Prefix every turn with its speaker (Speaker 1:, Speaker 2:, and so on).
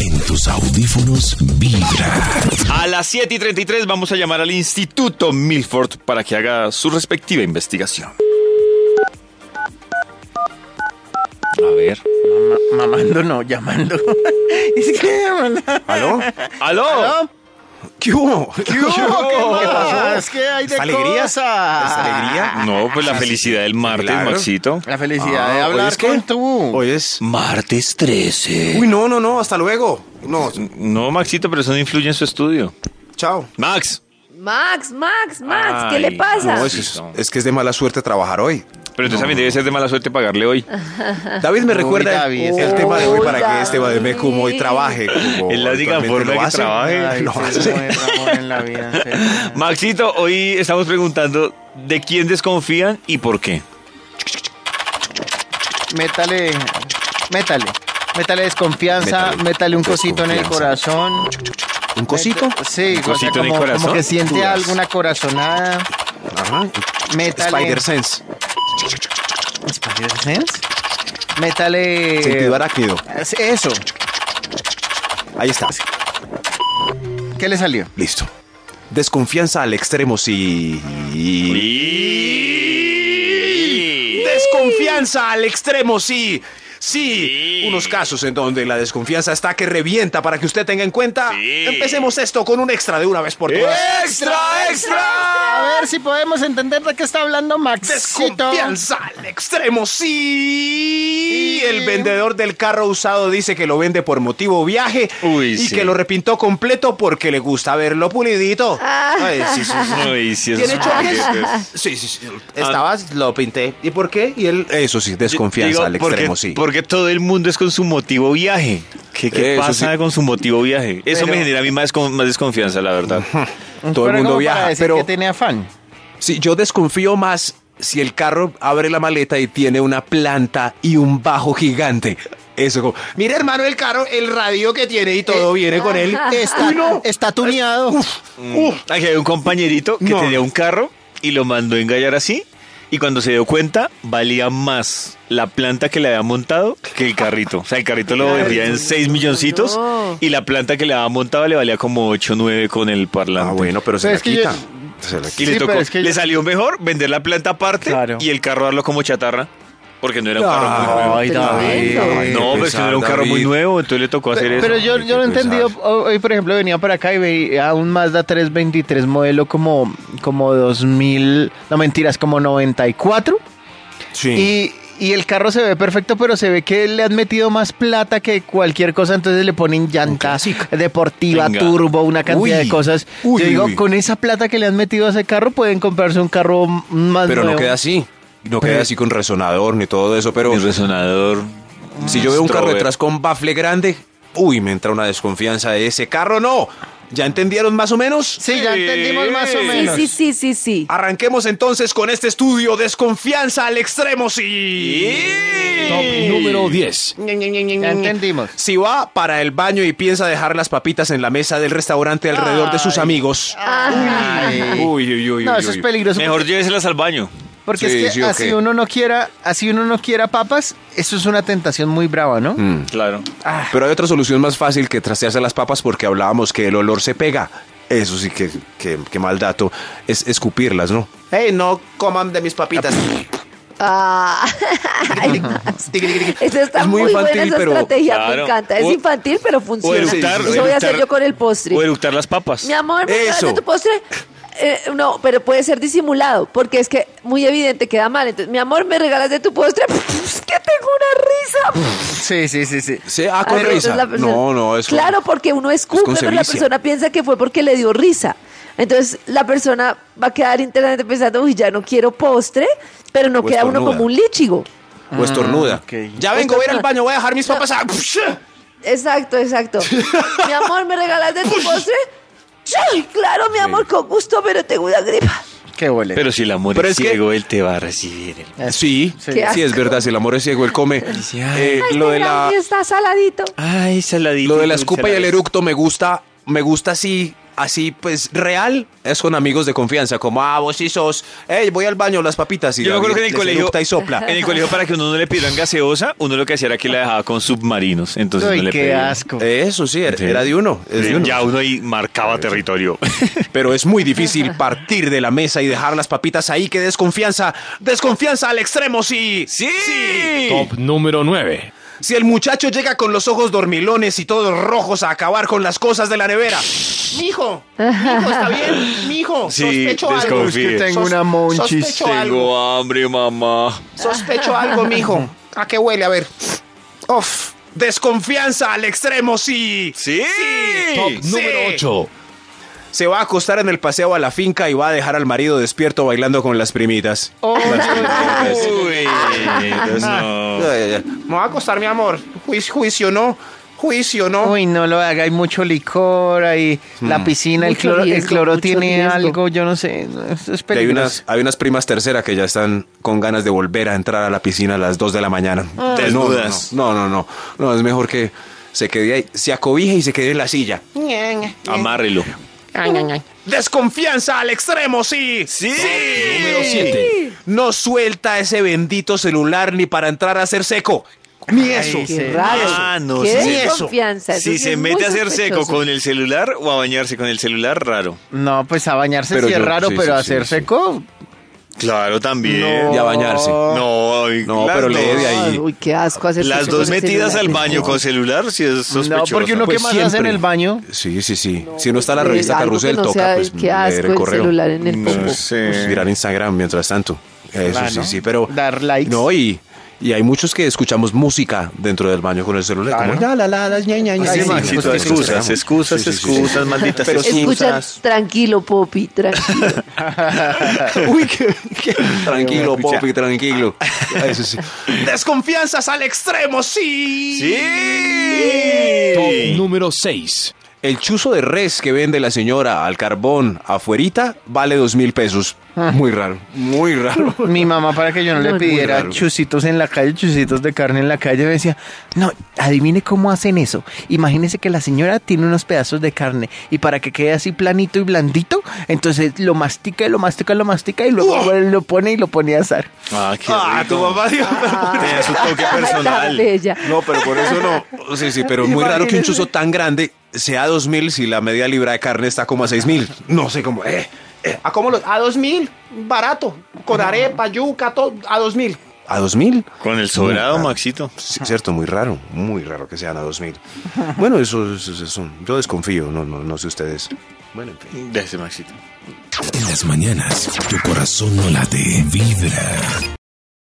Speaker 1: en tus audífonos vibra.
Speaker 2: A las 7 y 33 vamos a llamar al Instituto Milford para que haga su respectiva investigación. A ver.
Speaker 3: Mamando no, llamando. es que llamando.
Speaker 4: ¿Aló?
Speaker 2: ¡Aló!
Speaker 3: ¿Aló?
Speaker 4: ¿Qué hubo?
Speaker 3: ¿Qué, hubo? ¿Qué pasó? Es que hay de
Speaker 4: ¿Esta alegría?
Speaker 3: cosas.
Speaker 4: ¿Esta
Speaker 3: Ah,
Speaker 4: alegría?
Speaker 2: No, pues la felicidad del martes,
Speaker 4: Ah, Claro.
Speaker 2: Maxito.
Speaker 3: La felicidad
Speaker 4: Ah,
Speaker 3: de
Speaker 4: ¿hoy
Speaker 3: hablar
Speaker 4: es qué?
Speaker 3: con tú.
Speaker 4: Hoy es...
Speaker 2: Martes 13.
Speaker 3: ah.
Speaker 4: Uy, no, no, no, hasta luego. No,
Speaker 2: No, Maxito, pero eso no influye en su estudio.
Speaker 4: chao.
Speaker 2: Max.
Speaker 5: Max, Max, Max, ¿qué
Speaker 2: Ay,
Speaker 5: le pasa?
Speaker 4: No, es, es- es que es de mala suerte trabajar hoy.
Speaker 2: Pero entonces también debe ser de mala suerte pagarle hoy.
Speaker 4: David me
Speaker 3: Uy,
Speaker 4: recuerda el-
Speaker 3: David,
Speaker 4: el,
Speaker 3: ese-
Speaker 4: tema de hoy
Speaker 5: Uy,
Speaker 4: para que este
Speaker 5: David.
Speaker 4: Bademecum hoy trabaje. como
Speaker 2: Es la única
Speaker 4: actualmente
Speaker 2: forma
Speaker 4: lo
Speaker 2: que
Speaker 4: hace.
Speaker 2: trabaje.
Speaker 3: Ay,
Speaker 4: Lo
Speaker 3: sí,
Speaker 4: hace.
Speaker 3: no hay Ramón en la vida, en serio.
Speaker 2: Maxito, hoy estamos preguntando de quién desconfían y por qué.
Speaker 3: métale, métale. Métale desconfianza,
Speaker 4: Métale
Speaker 3: métale, un cosito en el
Speaker 4: desconfianza.
Speaker 3: corazón.
Speaker 4: ¿Un cosito?
Speaker 3: Meta- Sí, o sea,
Speaker 2: cosito en el
Speaker 3: como, como
Speaker 2: corazón?
Speaker 3: que siente
Speaker 4: Dudas.
Speaker 3: alguna corazonada.
Speaker 4: Ajá.
Speaker 3: Métale.
Speaker 4: Spider Sense.
Speaker 3: ¿Spider-Sense? Métale.
Speaker 4: Sentido arácnido.
Speaker 3: Es- Eso.
Speaker 4: Ahí está.
Speaker 3: ¿Qué le salió?
Speaker 4: Listo. Desconfianza al extremo, sí. Desconfianza al extremo, sí. Sí,
Speaker 2: Sí.
Speaker 4: unos casos en donde la desconfianza está que revienta para que usted tenga en cuenta.
Speaker 2: Sí.
Speaker 4: Empecemos esto con un extra de una vez por todas.
Speaker 2: ¡Extra, extra!
Speaker 3: A ver si podemos entender de qué está hablando Maxito.
Speaker 4: Desconfianza al extremo, sí. El vendedor del carro usado dice que lo vende por motivo viaje
Speaker 2: Uy,
Speaker 4: y
Speaker 2: sí.
Speaker 4: que lo repintó completo porque le gusta verlo pulidito. Ay, sí,
Speaker 2: Ah.
Speaker 4: sí, sí.
Speaker 2: Uy, sí, eso
Speaker 4: ¿Tiene
Speaker 2: es-
Speaker 4: choques?
Speaker 2: Yo-
Speaker 4: Sí, sí, sí. Estabas, lo pinté. ¿Y por qué? Y él. Eso sí, desconfianza
Speaker 2: digo,
Speaker 4: al
Speaker 2: porque-
Speaker 4: extremo, sí.
Speaker 2: Porque todo el mundo es con su motivo viaje. ¿Qué, qué
Speaker 4: Eso
Speaker 2: pasa
Speaker 4: sí.
Speaker 2: con su motivo viaje? Eso me
Speaker 3: Pero-
Speaker 2: genera a mí más, con- más desconfianza, la verdad.
Speaker 4: Todo el
Speaker 3: Pero
Speaker 4: mundo
Speaker 3: como
Speaker 4: viaja,
Speaker 3: Para decir
Speaker 4: pero-
Speaker 3: que tiene afán.
Speaker 4: Sí, yo desconfío más si el carro abre la maleta y tiene una planta y un bajo gigante. Eso como, mira hermano el carro, el radio que tiene y todo viene con él. Eh,
Speaker 3: Está,
Speaker 4: Uy, no.
Speaker 3: está tuneado.
Speaker 2: Aquí hay un compañerito que
Speaker 4: No.
Speaker 2: tenía un carro y lo mandó a engallar así. Y cuando se dio cuenta, valía más la planta que le había montado que el carrito. O sea, el carrito lo vendía en 6 milloncitos
Speaker 5: no.
Speaker 2: y la planta que le había montado le valía como 8 o 9 con el parlante.
Speaker 4: Ah, bueno, pero se
Speaker 3: Pero
Speaker 4: la
Speaker 3: es que
Speaker 4: quita.
Speaker 3: yo-
Speaker 4: Se la quita.
Speaker 2: Y le,
Speaker 3: Sí,
Speaker 2: tocó-
Speaker 3: pero es que
Speaker 2: le
Speaker 3: yo-
Speaker 2: salió mejor vender la planta aparte
Speaker 3: Claro.
Speaker 2: y el carro darlo como chatarra. Porque no era un carro muy nuevo.
Speaker 3: Ay, David.
Speaker 4: David.
Speaker 2: No,
Speaker 4: qué
Speaker 2: pero es que no era un
Speaker 4: pesar,
Speaker 2: carro muy
Speaker 4: David.
Speaker 2: nuevo, entonces le tocó hacer
Speaker 3: Pero,
Speaker 2: eso.
Speaker 3: pero yo,
Speaker 4: hay que
Speaker 3: yo lo he entendido.
Speaker 4: pensar.
Speaker 3: Hoy, por ejemplo, venía para acá y veía un Mazda 323 modelo como, como 2000, no mentiras, como 94.
Speaker 4: Sí.
Speaker 3: Y, y el carro se ve perfecto, pero se ve que le han metido más plata que cualquier cosa. Entonces le ponen llanta deportiva,
Speaker 2: Venga.
Speaker 3: turbo, una cantidad
Speaker 4: Uy,
Speaker 3: de cosas.
Speaker 4: uy,
Speaker 3: Yo digo,
Speaker 4: uy.
Speaker 3: con esa plata que le han metido a ese carro, pueden comprarse un carro m- más
Speaker 4: Pero no
Speaker 3: nuevo. Eh.
Speaker 4: queda así. No queda
Speaker 3: Pero-
Speaker 4: así con resonador ni todo eso, pero
Speaker 2: El resonador.
Speaker 4: si yo veo un carro
Speaker 2: Strobe.
Speaker 4: detrás con bafle grande, uy, me entra una desconfianza de ese carro, no. ¿Ya entendieron más o menos?
Speaker 3: Sí, ya entendimos más o
Speaker 5: Sí,
Speaker 3: menos.
Speaker 5: sí, sí, sí, sí.
Speaker 4: Arranquemos entonces con este estudio Desconfianza al extremo,
Speaker 1: Top
Speaker 4: sí.
Speaker 1: número 10.
Speaker 3: Ya entendimos.
Speaker 4: Si va para el baño y piensa dejar las papitas en la mesa del restaurante alrededor de sus
Speaker 3: Ay.
Speaker 4: amigos. eh,
Speaker 3: Ay.
Speaker 4: Uy, uy, uy,
Speaker 3: no,
Speaker 4: uy,
Speaker 3: eso es
Speaker 4: uy.
Speaker 3: peligroso.
Speaker 2: Mejor lléveselas al baño.
Speaker 3: Porque
Speaker 4: Sí,
Speaker 3: es que
Speaker 4: sí, ok.
Speaker 3: así uno no quiera, así uno no quiera papas, eso es una tentación muy brava, ¿no?
Speaker 4: Mm.
Speaker 2: Claro.
Speaker 3: Ah,
Speaker 5: Ah.
Speaker 4: Pero hay otra solución más fácil que trastearse las papas porque hablábamos que el olor se pega. Eso sí que, que, que mal dato. Es escupirlas, ¿no? Hey, no coman de mis papitas.
Speaker 5: Ah. Ay, Max. Esa está
Speaker 4: Es muy
Speaker 5: muy, buena
Speaker 4: infantil,
Speaker 5: esa
Speaker 4: pero-
Speaker 5: estrategia,
Speaker 2: Claro.
Speaker 5: me encanta. Es
Speaker 2: O-
Speaker 5: infantil, pero funciona.
Speaker 2: eructar,
Speaker 5: Eso voy a hacer
Speaker 2: eructar.
Speaker 5: yo con el postre.
Speaker 2: O eructar las papas.
Speaker 5: Mi amor, ¿me
Speaker 4: Eso.
Speaker 5: traes tu postre? Eh, no, pero puede ser disimulado, porque es que muy evidente queda mal. Entonces, mi amor, ¿me regalas de tu postre? Es que tengo una risa.
Speaker 3: Sí, sí, sí, sí.
Speaker 4: Sí, ah, con
Speaker 5: Así, entonces
Speaker 4: risa.
Speaker 5: la persona-
Speaker 4: No, no, eso.
Speaker 5: Claro, porque uno
Speaker 4: es
Speaker 5: escupe,
Speaker 4: con
Speaker 5: pero la
Speaker 4: sevicia.
Speaker 5: persona piensa que fue porque le dio risa. Entonces la persona va a quedar internamente pensando, uy, ya no quiero postre, pero no
Speaker 4: Pues
Speaker 5: queda uno
Speaker 4: cornuda.
Speaker 5: como un lichigo.
Speaker 4: O estornuda.
Speaker 3: Ah, ok.
Speaker 4: Ya vengo, voy a ir al baño, voy a dejar mis papas. a-
Speaker 5: Exacto, exacto. mi amor, ¿me regalas de tu postre? Sí, claro, mi amor, con gusto, pero tengo una gripa.
Speaker 3: Qué boleto.
Speaker 2: Pero si el amor
Speaker 4: Pero
Speaker 2: es,
Speaker 4: es que-
Speaker 2: ciego, él te va a recibir. el-
Speaker 4: Sí,
Speaker 3: Sí.
Speaker 4: sí,
Speaker 5: Qué
Speaker 4: es
Speaker 5: asco.
Speaker 4: verdad. Si el amor es ciego, él come.
Speaker 2: Sí,
Speaker 4: Eh,
Speaker 5: Ay,
Speaker 4: lo,
Speaker 5: este
Speaker 4: de la,
Speaker 5: brownie está saladito.
Speaker 2: Ay, saladito.
Speaker 4: lo de la
Speaker 2: dulce
Speaker 4: escupa
Speaker 2: a
Speaker 4: y
Speaker 2: la
Speaker 4: el
Speaker 2: vez.
Speaker 4: eructo me gusta, me gusta así así pues real es con amigos de confianza, como, ah, vos sí sos, hey, voy al baño, las papitas. Y
Speaker 2: Yo me acuerdo que en el
Speaker 4: les
Speaker 2: colegio.
Speaker 4: eructa Y sopla.
Speaker 2: En el colegio, para que uno no le pidieran gaseosa, uno lo que hacía era que la dejaba con submarinos. Entonces
Speaker 3: Uy,
Speaker 2: no le
Speaker 3: qué
Speaker 2: pedía.
Speaker 3: asco.
Speaker 4: Eso sí, era,
Speaker 2: Sí.
Speaker 4: era de uno. es de uno.
Speaker 2: Ya uno ahí marcaba territorio.
Speaker 4: Pero es muy difícil partir de la mesa y dejar las papitas ahí. ¡Qué desconfianza! ¡Desconfianza al extremo, sí!
Speaker 2: ¡Sí!
Speaker 6: Top número 9.
Speaker 4: Si el muchacho llega con los ojos dormilones y todos rojos a acabar con las cosas de la nevera. Mijo, mijo, ¿está bien? Mijo,
Speaker 2: Sí,
Speaker 4: sospecho algo.
Speaker 2: desconfíe. Es que
Speaker 3: tengo
Speaker 4: Sos-
Speaker 3: una monchis,
Speaker 4: Sospecho algo,
Speaker 2: Tengo hambre, mamá.
Speaker 4: sospecho algo, mijo. ¿A qué huele? A ver. Uf, desconfianza al extremo, sí.
Speaker 2: ¡Sí!
Speaker 6: Top
Speaker 4: Sí.
Speaker 6: número 8.
Speaker 4: Se va a acostar en el paseo a la finca y va a dejar al marido despierto bailando con las primitas.
Speaker 2: Uy, entonces no.
Speaker 4: Me va a acostar, mi amor. Juicio, juicio no. Juicio no.
Speaker 3: Uy, no lo haga, hay mucho licor, hay la piscina, el
Speaker 5: Mucho
Speaker 3: cloro, el
Speaker 5: riesgo,
Speaker 3: cloro
Speaker 5: mucho
Speaker 3: tiene
Speaker 5: riesgo.
Speaker 3: algo, yo no sé, eso es
Speaker 4: Y hay
Speaker 3: peligroso.
Speaker 4: unas, hay unas primas terceras que ya están con ganas de volver a entrar a la piscina a las 2 de la mañana.
Speaker 2: Desnudas.
Speaker 4: No, no, no, no, no, es mejor que se quede ahí, se acobije y se quede en la silla.
Speaker 2: Amárrelo.
Speaker 4: Desconfianza al extremo, sí.
Speaker 2: ¡Sí!
Speaker 6: Número 7.
Speaker 4: No suelta ese bendito celular ni para entrar a hacer seco. Ni eso.
Speaker 5: Qué
Speaker 3: sí.
Speaker 5: raro.
Speaker 2: Ah, no,
Speaker 5: Qué
Speaker 2: sí, eso.
Speaker 5: desconfianza. eso
Speaker 2: Si
Speaker 5: sí
Speaker 2: se
Speaker 5: es
Speaker 2: mete
Speaker 5: muy
Speaker 2: a hacer seco
Speaker 5: sospechoso.
Speaker 2: con el celular o a bañarse con el celular, raro.
Speaker 3: No, pues a bañarse
Speaker 4: Pero
Speaker 3: sí es
Speaker 4: yo-
Speaker 3: raro,
Speaker 4: sí,
Speaker 3: pero
Speaker 4: sí,
Speaker 3: a hacer
Speaker 4: sí, sí.
Speaker 3: seco,
Speaker 2: Claro, también.
Speaker 4: Y a bañarse.
Speaker 2: No,
Speaker 4: No,
Speaker 2: las
Speaker 4: pero lee
Speaker 2: dos.
Speaker 4: de ahí.
Speaker 5: Ay, Uy, qué asco hacer
Speaker 2: Las
Speaker 5: sexo
Speaker 2: dos
Speaker 5: con el
Speaker 2: metidas
Speaker 5: celular.
Speaker 2: al baño con celular, si es
Speaker 3: no,
Speaker 2: sospechoso.
Speaker 3: porque uno
Speaker 4: Pues
Speaker 3: que más hace en
Speaker 4: siempre.
Speaker 3: el baño.
Speaker 4: Sí, sí, sí. si no está la
Speaker 5: Sí,
Speaker 4: revista
Speaker 5: algo
Speaker 4: Carrusel,
Speaker 5: que no
Speaker 4: toca
Speaker 5: sea-
Speaker 4: pues,
Speaker 5: qué
Speaker 4: leer
Speaker 5: asco
Speaker 4: el
Speaker 5: el
Speaker 4: correo.
Speaker 5: celular en el
Speaker 2: No
Speaker 5: popo.
Speaker 2: sé.
Speaker 4: Pues, mirar Instagram mientras tanto. Eso
Speaker 3: Claro.
Speaker 4: sí, sí, pero.
Speaker 3: Dar likes.
Speaker 4: No, y, y hay muchos que escuchamos música dentro del baño con el celular. Como, la, la, la, la, ña, ña, ña".
Speaker 2: Sí,
Speaker 3: Ay, sí,
Speaker 2: Maxito,
Speaker 3: pues, que se
Speaker 2: excusas, excusas,
Speaker 4: Sí, sí, sí, sí.
Speaker 2: excusas, malditas
Speaker 4: Pero sí.
Speaker 5: Escucha,
Speaker 4: Susas.
Speaker 5: tranquilo, Popi, tranquilo.
Speaker 4: Uy, qué- qué- Tranquilo, Popi, tranquilo. Eso sí. Desconfianzas al extremo, sí.
Speaker 6: Top
Speaker 2: ¡Sí!
Speaker 6: número 6.
Speaker 4: El chuzo de res que vende la señora al carbón afuerita vale dos mil pesos. Muy raro, muy raro.
Speaker 3: Mi mamá, para que yo no,
Speaker 5: No,
Speaker 3: le
Speaker 5: es muy
Speaker 3: pidiera
Speaker 4: raro.
Speaker 3: chusitos en la calle, chusitos de carne en la calle, me decía, no, adivine cómo hacen eso. Imagínese que la señora tiene unos pedazos de carne y para que quede así planito y blandito, entonces lo mastica y lo mastica y lo mastica y luego lo pone y lo pone a asar.
Speaker 2: Ah, qué
Speaker 4: Ah, tu
Speaker 2: rico.
Speaker 4: papá dijo, pero por
Speaker 2: Tenía su toque
Speaker 5: Tan
Speaker 2: personal.
Speaker 5: bella.
Speaker 4: No, pero por eso no. Sí, sí, pero muy raro que un chuzo tan grande sea 2000 si la media libra de carne está como a 6000. No sé cómo. Eh, eh. ¿A cómo lo.? A 2000, barato. Con arepa, yuca, todo. A 2000. ¿A 2000?
Speaker 2: Con el sobrado, Maxito.
Speaker 4: Sí, cierto, muy raro. Muy raro que sean a 2000. Bueno, eso es. eso es un- yo desconfío, no, no, no sé ustedes. Bueno, en fin.
Speaker 2: De ese Maxito.
Speaker 1: En las mañanas, tu corazón no late, vibra.